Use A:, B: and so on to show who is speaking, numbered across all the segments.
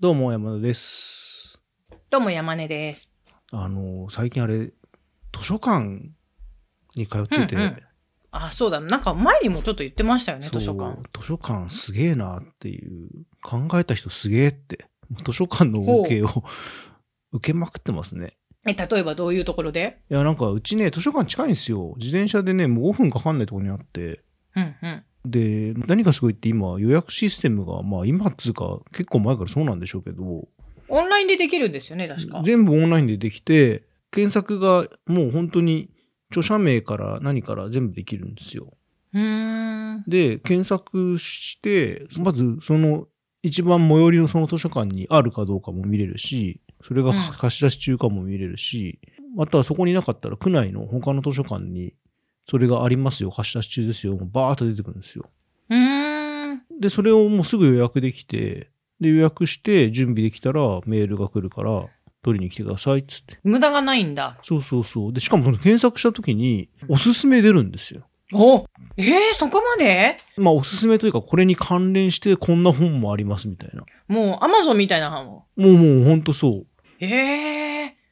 A: どうも、山田です。
B: どうも山根です。
A: あの、最近あれ、図書館に通ってて、
B: うんうんあ、そうだ。なんか前にもちょっと言ってましたよね、
A: そう
B: 図書館。。
A: 図書館すげえなっていう、考えた人すげえって、図書館の恩恵を受けまくってますね。
B: え、例えばどういうところで
A: いや、なんかうちね、図書館近いんですよ。自転車でね、もう5分かかんないところにあって、
B: うんうん。
A: で、何がすごいって今、予約システムが、まあ今っつうか、結構前からそうなんでしょうけど、
B: オンラインでできるんですよね、確か。
A: 全部オンラインでできて、検索がもう本当に著者名から何から全部できるんですよ。
B: うーん。
A: で、検索して、まずその一番最寄りのその図書館にあるかどうかも見れるし、それが
B: うん
A: 貸し出し中かも見れるし、またはそこになかったら区内の他の図書館にそれがありますよ、貸し出し中ですよ、もうバーッと出てくるんですよ。
B: うーん。
A: で、それをもうすぐ予約できて、で、予約して準備できたらメールが来るから取りに来てくださいっつって。
B: 無駄がないんだ。
A: そうそうそう。で、しかもその検索した時に、おすすめ出るんですよ。
B: おえー、そこまで
A: まあ、おすすめというか、これに関連してこんな本もありますみたいな。
B: もうアマゾンみたいなも
A: もうもうほんとそう。
B: ん。えー。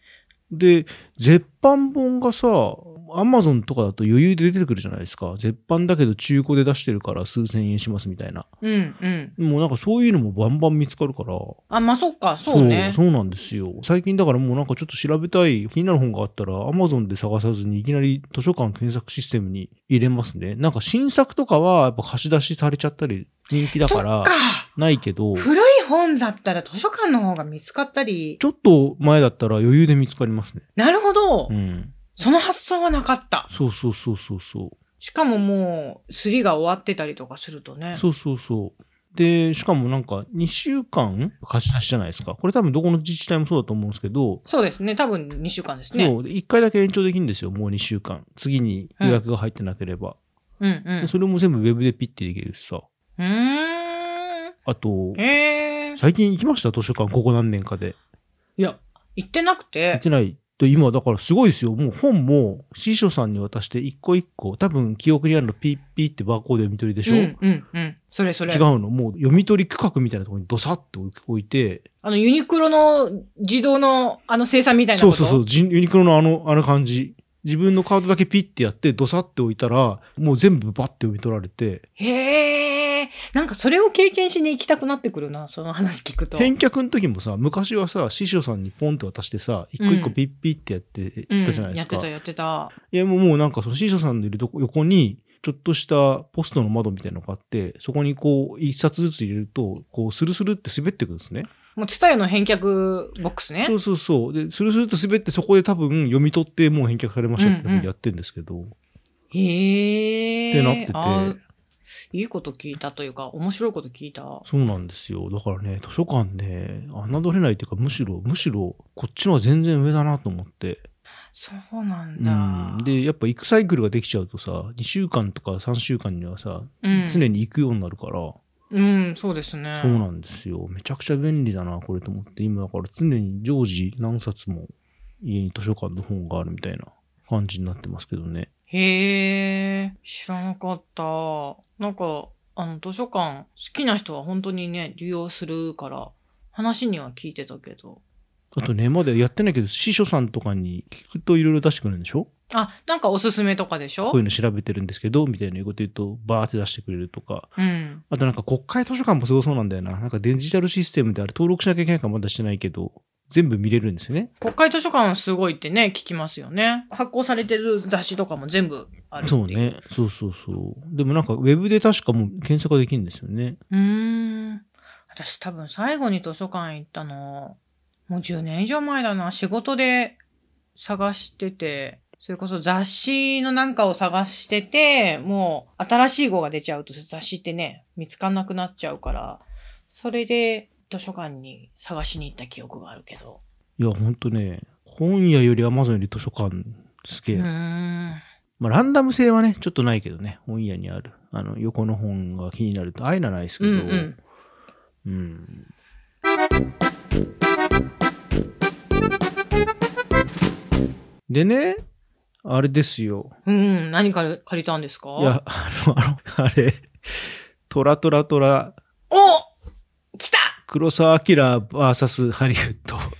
A: で、絶版本がさ、アマゾンとかだと余裕で出てくるじゃないですか。絶版だけど中古で出してるから数千円しますみたいな。
B: うんうん。
A: もうなんかそういうのもバンバン見つかるから。
B: あ、まあ、そっか、そうね。
A: そう。そうなんですよ。最近だからもうなんかちょっと調べたい、気になる本があったら、Amazon で探さずにいきなり図書館検索システムに入れますね。なんか新作とかはやっぱ貸し出しされちゃったり人気だか
B: そ
A: ら
B: っか、
A: ないけど、
B: 古い本だったら図書館の方が見つかったり
A: ち。ょっと前だったら余裕で見つかりますね。
B: なるほど。
A: うん。
B: その発想はなかった。
A: そうそうそうそうそ
B: しかももう、すりが終わってたりとかするとね
A: う。。そうそうそう。で、しかもなんか2週間貸し出しじゃないですか。これ多分どこの自治体もそうだと思うんですけど、
B: そうですね。多分2週間ですね。
A: そう、1回だけ延長できるんですよ、もう2週間。次に予約が入ってなければ。
B: うん
A: で
B: うん。
A: それも全部ウェブでピッてできるしさ。
B: うーん。
A: あと、
B: ええ
A: 最近行きました図書館、ここ何年かで。
B: いや、行ってな
A: 行
B: く。
A: っててない。で今、だからすごいですよ。もう本も、司書さんに渡して一個一個、多分記憶にあるのピッピッってバーコード読み取りでしょ、
B: うんうんうん。それそれ。
A: 違うの。もう読み取り区画みたいなところにドサッと置いて、
B: あの、ユニクロの自動のあの生産みたいな
A: そ
B: こ
A: うそ
B: と
A: うそう、ジユニクロのあの、あの感じ。自分のカードだけピッてやって、ドサッて置いたら、もう全部バッて読み取られて、
B: へえ。なんかそれを経験しに行きたくなってくるな、その話聞くと。
A: 返却の時もさ、昔はさ、司書さんにポンと渡してさ、一個一個ピッピッってやって
B: うん、
A: たじゃないで
B: やっ
A: すか。
B: てたやってた。
A: いや、もうもうなんかその C 社さんのいるとこ横に、ちょっとしたポストの窓みたいなのがあって、そこにこう、一冊ずつ入れると、こう、スルスルって滑ってくんですね。
B: もう、ツタヤの返却ボックスね
A: そ。うそうそう。で、スルスルと滑って、そこで多分読み取って、もう返却されましたって
B: うんうん
A: やってるんですけど、
B: へえ。
A: ってなってて
B: あーいいこと聞いたというか、面白いこと聞いた。
A: そうなんですよ。だからね、図書館ね、侮れないというか、むしろ、むしろ、こっちのは全然上だなと思って。
B: そうなん
A: う
B: だ。
A: ん。で、やっぱ行くサイクルができちゃうとさ、2週間とか3週間にはさ、
B: うん、
A: 常に行くようになるから、
B: うん、そうですね。
A: そうなんですよ。めちゃくちゃ便利だな、これと思って。今だから常に常時何冊も家に図書館の本があるみたいな感じになってますけどね。
B: へえ、知らなかった。なんか、あの、図書館、好きな人は本当にね、利用するから、話には聞いてたけど。
A: あとね、まだやってないけど、司書さんとかに聞くといろいろ出してくるんでしょ
B: あ、なんかおすすめとかでしょ
A: こういうの調べてるんですけど、みたいなこと言うと、バーって出してくれるとか。
B: うん。
A: あとなんか国会図書館もすごそうなんだよな。なんかデジタルシステムであれ登録しなきゃいけないからまだしてないけど、全部見れるんですよね。
B: 国会図書館すごいってね、聞きますよね。発行されてる雑誌とかも全部あるってい
A: そう。ね。そうそうそう。でもなんかウェブで確かもう検索ができるんですよね。
B: うーん。私多分最後に図書館行ったの、もう10年以上前だな。仕事で探してて、それこそ雑誌のなんかを探してて、もう新しい号が出ちゃうと雑誌ってね、見つかんなくなっちゃうから、それで図書館に探しに行った記憶があるけど。
A: いや、ほんとね、本屋より Amazon より図書館すげえ。
B: うーん。
A: まあ、ランダム性はね、ちょっとないけどね、本屋にある。あの、横の本が気になると、ああいうのはないですけ
B: う
A: ど。
B: んうん。
A: うんでね、あれですよ。
B: うん、何から借りたんですか
A: いや、あの、あの、あれ、トラトラトラ、
B: お来た
A: 黒沢明 VS ハリウッド読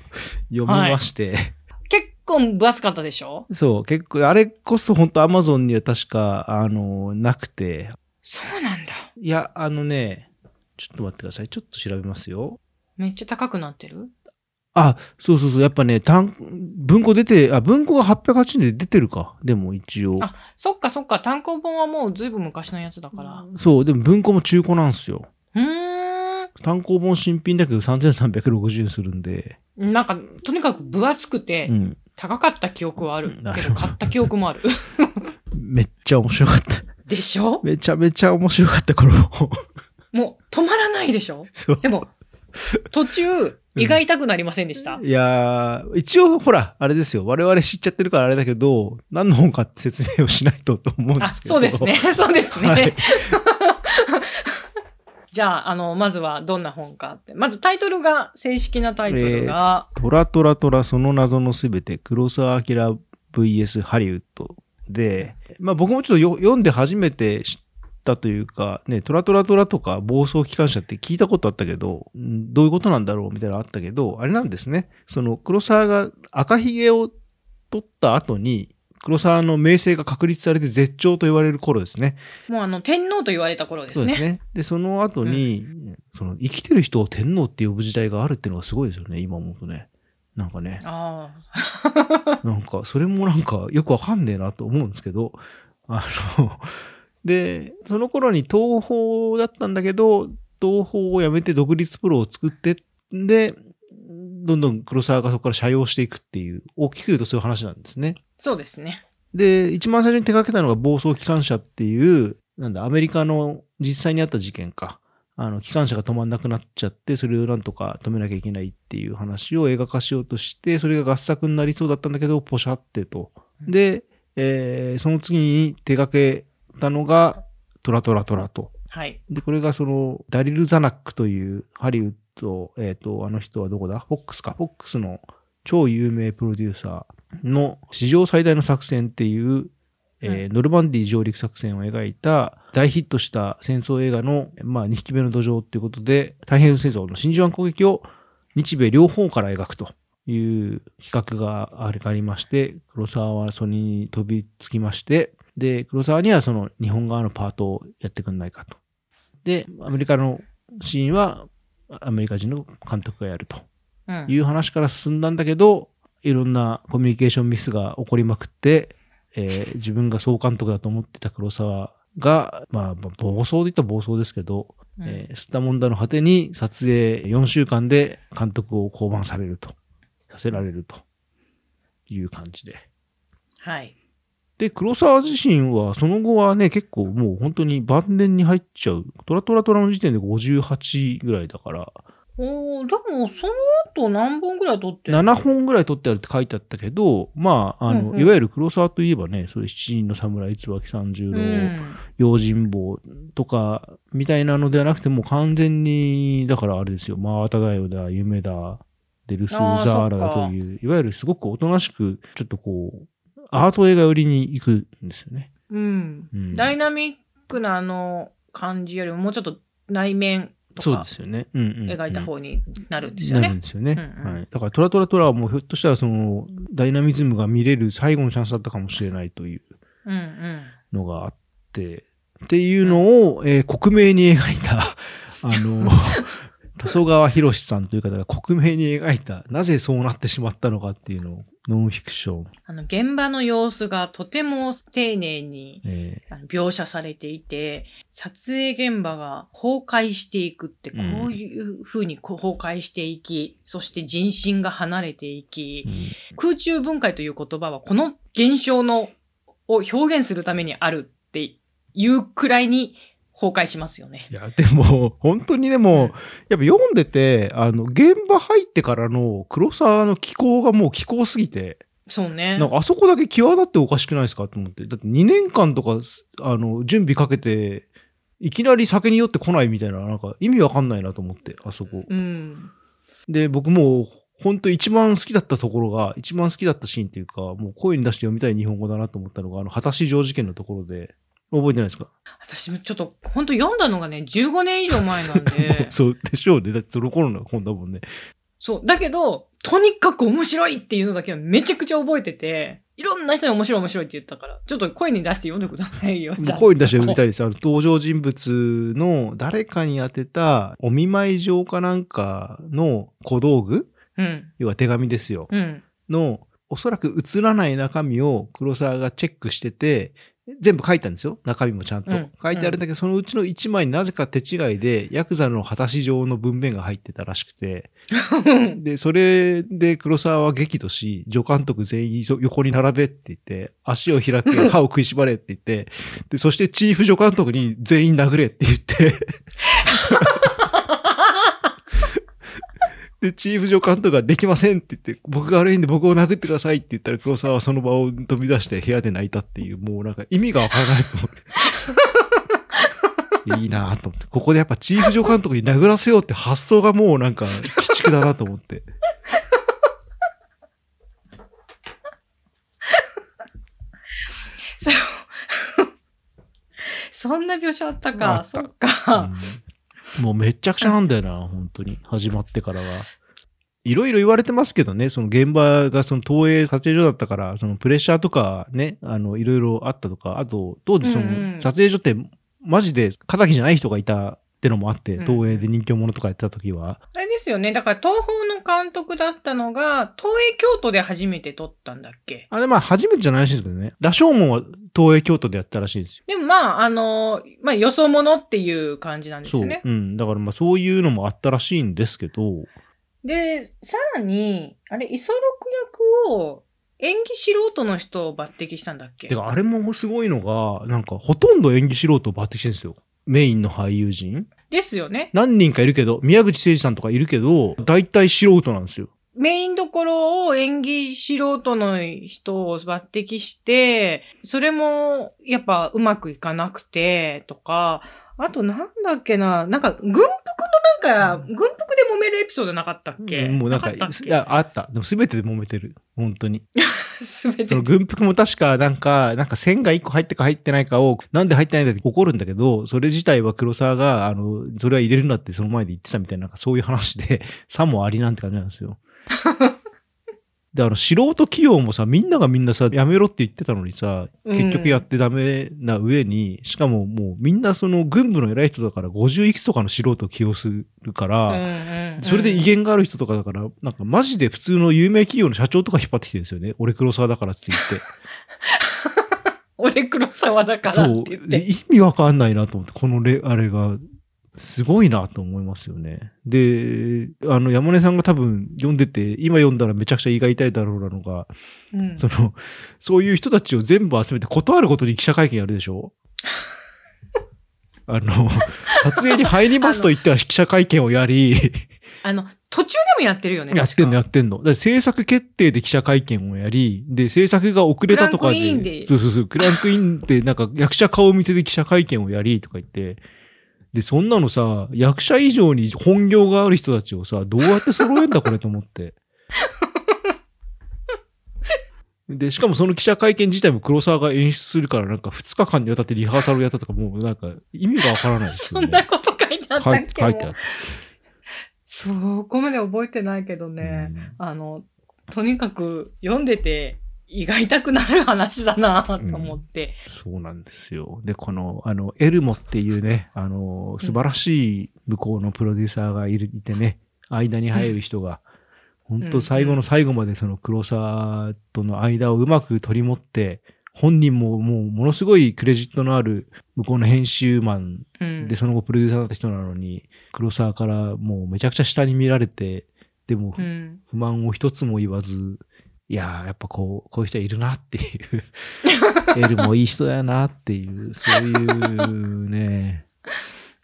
A: みまして、
B: 結構分厚かったでしょ
A: そう、結構、あれこそ本当アマゾンには確か、あの、なくて、
B: そうなんだ。
A: いや、あのね、ちょっと待ってください。ちょっと調べますよ。
B: めっちゃ高くなってる
A: あ、そうそうそう。やっぱね、単、文庫出て、あ、文庫が808円で出てるか。でも一応。
B: あそっかそっか、単行本はもうずいぶん昔のやつだから。
A: そう、でも文庫も中古なんですよ。
B: うー
A: 単行本新品だけど3360円するんで。
B: ん。なんか、とにかく分厚くて
A: う、ん。
B: 高かった記憶はある。
A: なる
B: け
A: ほど
B: ど、買った記 憶もある。
A: めっちゃ面白かった。
B: でしょ
A: めちゃめちゃ面白かった、これも。
B: もう、止まらないでしょ
A: そう。
B: でも、途中、胃が痛くなりませんでした。
A: いやー、一応ほら、あれですよ。我々知っちゃってるからあれだけど、何の本かって説明をしないとと思うんで
B: あ、
A: すけど。
B: そうですね。。 そうですね。
A: はい
B: じゃあ、あの、まずはどんな本かって。まずタイトルが、正式なタイトルが、
A: トラトラトラその謎のすべて、黒沢明 VS ハリウッドで、まあ僕もちょっとよ読んで初めて知ったというか、ね、トラトラトラとか暴走機関車って聞いたことあったけど、んどういうことなんだろうみたいなのあったけど、あれなんですね。その黒沢が赤ひげを取った後に、黒沢の名声が確立されて絶頂と言われる頃ですね。
B: もうあの、天皇と言われた頃です
A: そうです
B: ね。
A: ね。で、その後に、その生きてる人を天皇って呼ぶ時代があるっていうのがすごいですよね、今思うとね。なんかね。
B: ああ。
A: なんか、それもなんかよくわかんねえなと思うんですけど、あの、で、その頃に東宝だったんだけど、東宝を辞めて独立プロを作って、で、どんどん黒沢がそこから社用していくっていう、大きく言うとそういう話なんですね。
B: そうですね。
A: で、一番最初に手掛けたのが暴走機関車っていう、なんだ、アメリカの実際にあった事件か。あの、機関車が止まんなくなっちゃって、それをなんとか止めなきゃいけないっていう話を映画化しようとして、それが合作になりそうだったんだけど、ポシャってと。で、えーその次に手掛けたのが、トラトラトラと。
B: はい。
A: で、これがその、ダリル・ザナックというハリウッド、えっ、と、あの人はどこだフォックスか。フォックスの超有名プロデューサーの史上最大の作戦っていう、えーノルマンディー上陸作戦を描いた大ヒットした戦争映画の、まあ、2匹目の土壌っていうことで、太平洋戦争の真珠湾攻撃を日米両方から描くという企画があれがありまして、黒沢はそれに飛びつきまして、で、黒沢にはその日本側のパートをやってくんないかと。で、アメリカのシーンはアメリカ人の監督がやると
B: うん。
A: いう話から進んだんだけど、いろんなコミュニケーションミスが起こりまくって、えー自分が総監督だと思ってた黒沢が、まあ、まあ暴走で言ったら暴走ですけど、
B: うん
A: えー、吸ったもんだの果てに撮影4週間で監督を降板されると、させられるという感じで。
B: はい。
A: で、黒沢自身はその後はね、結構もう本当に晩年に入っちゃう。トラトラトラの時点で58ぐらいだから、
B: おーでも、その後何本ぐらい撮ってる
A: 7本ぐらい取ってあるって書いてあったけど、まあ、あの、
B: うんうん
A: いわゆる黒沢といえばね、そういう七人の侍、椿三十郎、
B: うん。
A: 用心棒とか、みたいなのではなくて、もう完全に、だからあれですよ、真綿だよだ、夢だ、デルス・
B: あー
A: ザーラだ
B: そっ
A: と
B: か
A: いう、いわゆるすごくおとなしく、ちょっとこう、アート映画寄りに行くんですよね。
B: うん。
A: うん、
B: ダイナミックなあの感じよりも、もうちょっと内面と
A: そう
B: か
A: ですよね。うんうんうん、
B: 描いた方になるんですよ
A: なるん
B: ね。
A: ですよね。
B: うんうん
A: はい。だから、トラトラトラはもうひょっとしたら、その、ダイナミズムが見れる最後のチャンスだったかもしれないという
B: うんうん。
A: のがあって、っていうのを、えー、克明に描いた、あ の、黄川博さんという方が克明に描いた、なぜそうなってしまったのかっていうのを、ノンフィクション、
B: あの、現場の様子がとても丁寧に
A: え
B: あの描写されていて、撮影現場が崩壊していくって、こういう風にこう崩壊していき、そして人心が離れていき、
A: ーうん
B: 空中分解という言葉はこの現象のを表現するためにあるっていうくらいに崩壊しますよね
A: い。や、でも、本当にでも、やっぱ読んでて、あの、現場入ってからの黒沢の気候がもう気候すぎて、
B: そうね。
A: なんかあそこだけ際立っておかしくないですかと思って。だって2年間とか、すあの、準備かけて、いきなり酒に酔ってこないみたいな、なんか意味わかんないなと思って、あそこ。
B: うん。
A: で、僕もう、ほんと一番好きだったところが、一番好きだったシーンっていうか、もう声に出して読みたい日本語だなと思ったのが、あの、果たし上事件のところで、覚えてないですか。
B: 私もちょっと、本当読んだのがね、15年以上前なんで
A: そうでしょうね。だってその頃の本だもんね。
B: そう。だけど、とにかく面白いっていうのだけはめちゃくちゃ覚えてて、いろんな人に面白い面白いって言ったから、ちょっと声に出して読んでくださいよ。じゃあ
A: 声に出して読みたいです。あの、登場人物の誰かに当てたお見舞い状かなんかの小道具
B: うん。
A: 要は手紙ですよ。
B: うん。
A: の、おそらく映らない中身を黒沢がチェックしてて、全部書いたんですよ。中身もちゃんと。
B: うん
A: 書いてあるんだけど、そのうちの1枚になぜか手違いで、ヤクザの果たし状の文面が入ってたらしくて、で、それで黒沢は激怒し、助監督全員そ横に並べって言って、足を開け、歯を食いしばれって言って、で、そしてチーフ助監督に全員殴れって言って、で、チーフ助監督ができませんって言って、僕が悪いんで僕を殴ってくださいって言ったら黒沢はその場を飛び出して部屋で泣いたっていう、もうなんか意味がわからないと思って。いいなぁと思って。ここでやっぱチーフ助監督に殴らせようって発想がもうなんか、鬼畜だなと思って。
B: そう。そんな描写あった
A: あ
B: か。
A: った
B: そっか。
A: うんもうめちゃくちゃなんだよな、本当に。始まってからは。いろいろ言われてますけどね、その現場がその東映撮影所だったから、そのプレッシャーとかね、あの、いろいろあったとか、あと、当時そ
B: うんう
A: の
B: ん
A: 撮影所って、マジで仇じゃない人がいたってのもあって、
B: うん
A: 東映で人気者とかやってた時は。
B: あれですよね。だから東宝の監督だったのが、東映京都で初めて撮ったんだっけ
A: あ、で、まあ、初めてじゃないらしいんですけどね。羅生門は東映京都でやったらしいんですよ。
B: でもまあ、あの、まあ、よそ者っていう感じなんです
A: そう。
B: ね。
A: うん。だからまあ、そういうのもあったらしいんですけど、
B: で、さらに、あれ、イソロク役を演技素人の人を抜擢したんだっけ
A: てか、あれもすごいのが、なんか、ほとんど演技素人を抜擢してるんですよ。メインの俳優陣。
B: ですよね。
A: 何人かいるけど、宮口誠二さんとかいるけど、大体素人なんですよ。
B: メインどころを演技素人の人を抜擢して、それもやっぱうまくいかなくて、とか、あとなんだっけな、なんか軍服のなんか、軍服で揉めるエピソードなかったっけ
A: もうなんか、
B: ったっ
A: い
B: け
A: や、あった。でも全てで揉めてる。本当に。
B: すべて
A: その。軍服も確か、なんか、なんか線が1個入ってか入ってないかを、なんで入ってないんだって怒るんだけど、それ自体は黒沢が、あの、それは入れるなってその前で言ってたみたいな、なんかそういう話で、 さもありなんて感じなんです よ。で、あの、素人企業もさ、みんながみんなさ、やめろって言ってたのにさ、結局やってダメな上に、しかももうみんなその軍部の偉い人だから50いくつとかの素人を起用するか
B: うん
A: ら、
B: うんうん
A: それで威厳がある人とかだから、なんかマジで普通の有名企業の社長とか引っ張ってきてるんですよね。俺黒沢だからって言 って。
B: 俺黒沢だからって言っ
A: そう。で
B: て。
A: 意味わかんないなと思って、このレ、あれが、すごいなと思いますよね。で、あの、山根さんが多分読んでて、今読んだらめちゃくちゃ胃が痛いだろうなのが、
B: うん
A: その、そういう人たちを全部集めて断ることに記者会見やるでし ょあの、撮影に入りますと言っては記者会見をやり、
B: あの、途中でもやってるよね。
A: やってんのや
B: 確か
A: ってんの。だから制作決定で記者会見をやり、で、制作が遅れたとかで。
B: クランクインで
A: そうそうそう。クランクインで、なんか役者顔見せで記者会見をやりとか言って。で、そんなのさ、役者以上に本業がある人たちをさ、どうやって揃えんだこれと思って。 で、しかもその記者会見自体も黒沢が演出するから、なんか2日間にわたってリハーサルをやったとか、もうなんか意味がわからないです
B: そ
A: よ
B: んな
A: ね。
B: こと書いてあった
A: 書
B: っ
A: い
B: け
A: 書いてあ
B: も
A: っ
B: うそこまで覚えてないけど
A: た。
B: ね。
A: うん
B: あの、とにかく読んでて胃が痛くなる話だなと思って。
A: そうなんですよ。で、この、あの、エルモっていうね、あの、素晴らしい向こうのプロデューサーがいるいてね、間に入る人が、本当最後の最後までその黒沢との間をうまく取り持って、本人ももうものすごいクレジットのある向こうの編集マン
B: うん
A: で、その後プロデューサーだった人なのに、黒沢からもうめちゃくちゃ下に見られて、でも
B: うん
A: 不満を一つも言わず、いやー、やっぱこう、こういう人いるなっていう。 エルもいい人だよなっていう、そういうね、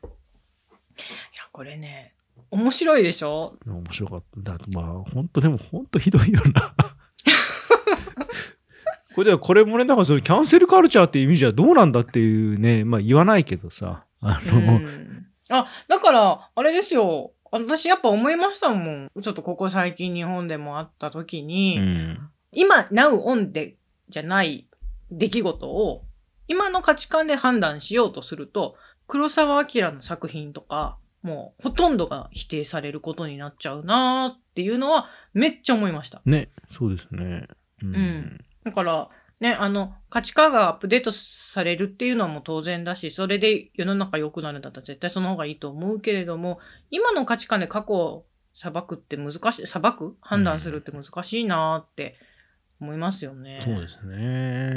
B: いや、これね、面白いでしょ
A: 面白かった。だまあ、本当でも本当ひどいよな。 これではこれもね、だからそのキャンセルカルチャーっていう意味じゃどうなんだっていうね、まあ言わないけどさ、あ
B: う
A: の、
B: んあ、だから、あれですよ。私やっぱ思いましたもん。ちょっとここ最近日本でもあった時に、
A: うん
B: 今、now on で、じゃない出来事を今の価値観で判断しようとすると、黒沢明の作品とか、もうほとんどが否定されることになっちゃうなーっていうのはめっちゃ思いました。
A: ね、そうですね。うん
B: うんだから、ね、あの、価値観がアップデートされるっていうのはもう当然だし、それで世の中良くなるんだったら絶対その方がいいと思うけれども、今の価値観で過去を裁くって難しい、裁く判断するって難しいなーって思いますよね。
A: そうです
B: う
A: ね。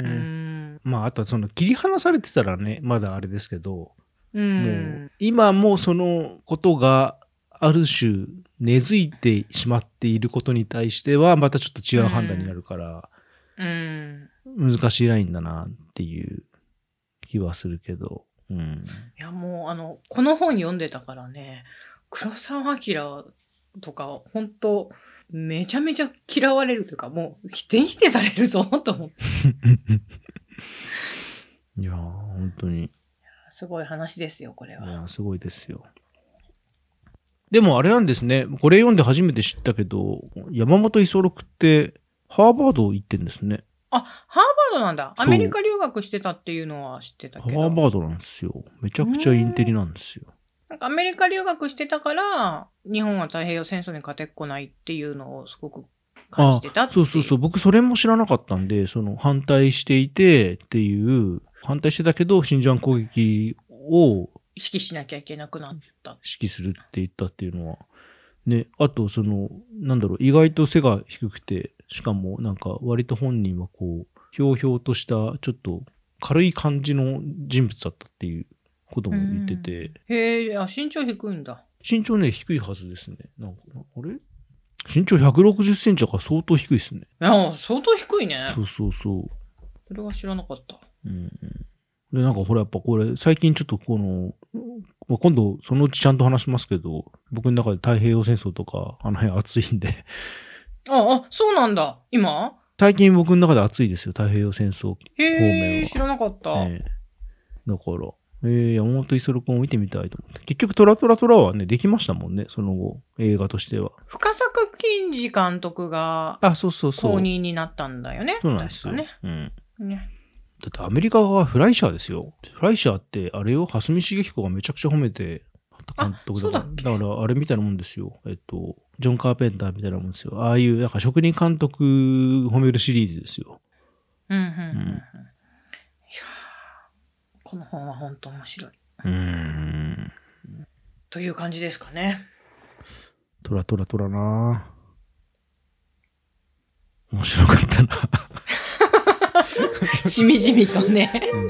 B: ん。
A: まあ、あとはその切り離されてたらね、まだあれですけど、
B: う
A: も
B: ん
A: う。今もそのことがある種根付いてしまっていることに対しては、またちょっと違う判断になるから、
B: うん。
A: 難しいラインだなっていう気はするけど。うん。
B: いや、もう、あの、この本読んでたからね、黒沢明とか、本当めちゃめちゃ嫌われるというか、もう、全否定されるぞ、と思って。
A: いやー、本当に。
B: すごい話ですよ、これ
A: い
B: は。
A: や、すごいですよ。でもあれなんですね。これ読んで初めて知ったけど、山本五十六ってハーバード行ってんですね。
B: あ、ハーバードなんだ。
A: そ
B: ア
A: う
B: メリカ留学してたっていうのは知ってた
A: ハ
B: けど。
A: ーバードなんですよ。めちゃくちゃインテリなんですよ。
B: なんかアメリカ留学してたから、日本は太平洋戦争に勝てっこないっていうのをすごく感じてたってい
A: そうそうそう。僕それも知らなかったんで、その反対していてっていう、反対してたけど、真珠湾攻撃を
B: 意識しなきゃいけなくなった。
A: 指揮するって言ったっていうのは。ね、あとその、なんだろう、意外と背が低くて、しかもなんか割と本人はこう、ひょうひょうとした、ちょっと軽い感じの人物だったっていうことも言ってて、
B: へえ、あ、身長低いんだ。
A: 身長ね、低いはずですね。なんか、あれ身長160センチだから相当低いですね。
B: いや、相当低いね。
A: そうそうそう。
B: それは知らなかった。
A: うんうんで、なんかほら、やっぱこれ、最近ちょっとこの、まあ今度、そのうちちゃんと話しますけど、僕の中で太平洋戦争とか、あの辺熱いんで、
B: あ、あ、そうなんだ。今
A: 最近僕の中で熱いですよ、太平洋戦争。方
B: へ
A: 面
B: え、
A: は
B: 知らなかった。
A: ええだから、えー、山本五十六を見てみたいと思って。結局、トラトラトラはね、できましたもんね、その後、映画としては。
B: 深作金次監督が
A: あ、そうそうそう。
B: 公認になったんだよね。
A: そうなんですよ。
B: 確か
A: うん。
B: ね。ね
A: だってアメリカはフライシャーですよ。フライシャーって、あれを蓮見茂彦がめちゃくちゃ褒めて、監督だ
B: あ
A: か
B: そうだっけ
A: ら、だからあれみたいなもんですよ。えっと、ジョン・カーペンターみたいなもんですよ。ああいう、なんか職人監督褒めるシリーズですよ。
B: うんうんうんうん
A: うん
B: いやーこの本は本当面白い。
A: うーん。
B: という感じですかね。
A: トラトラトラなぁ面白かったな
B: しみじみとね。
A: ぁうん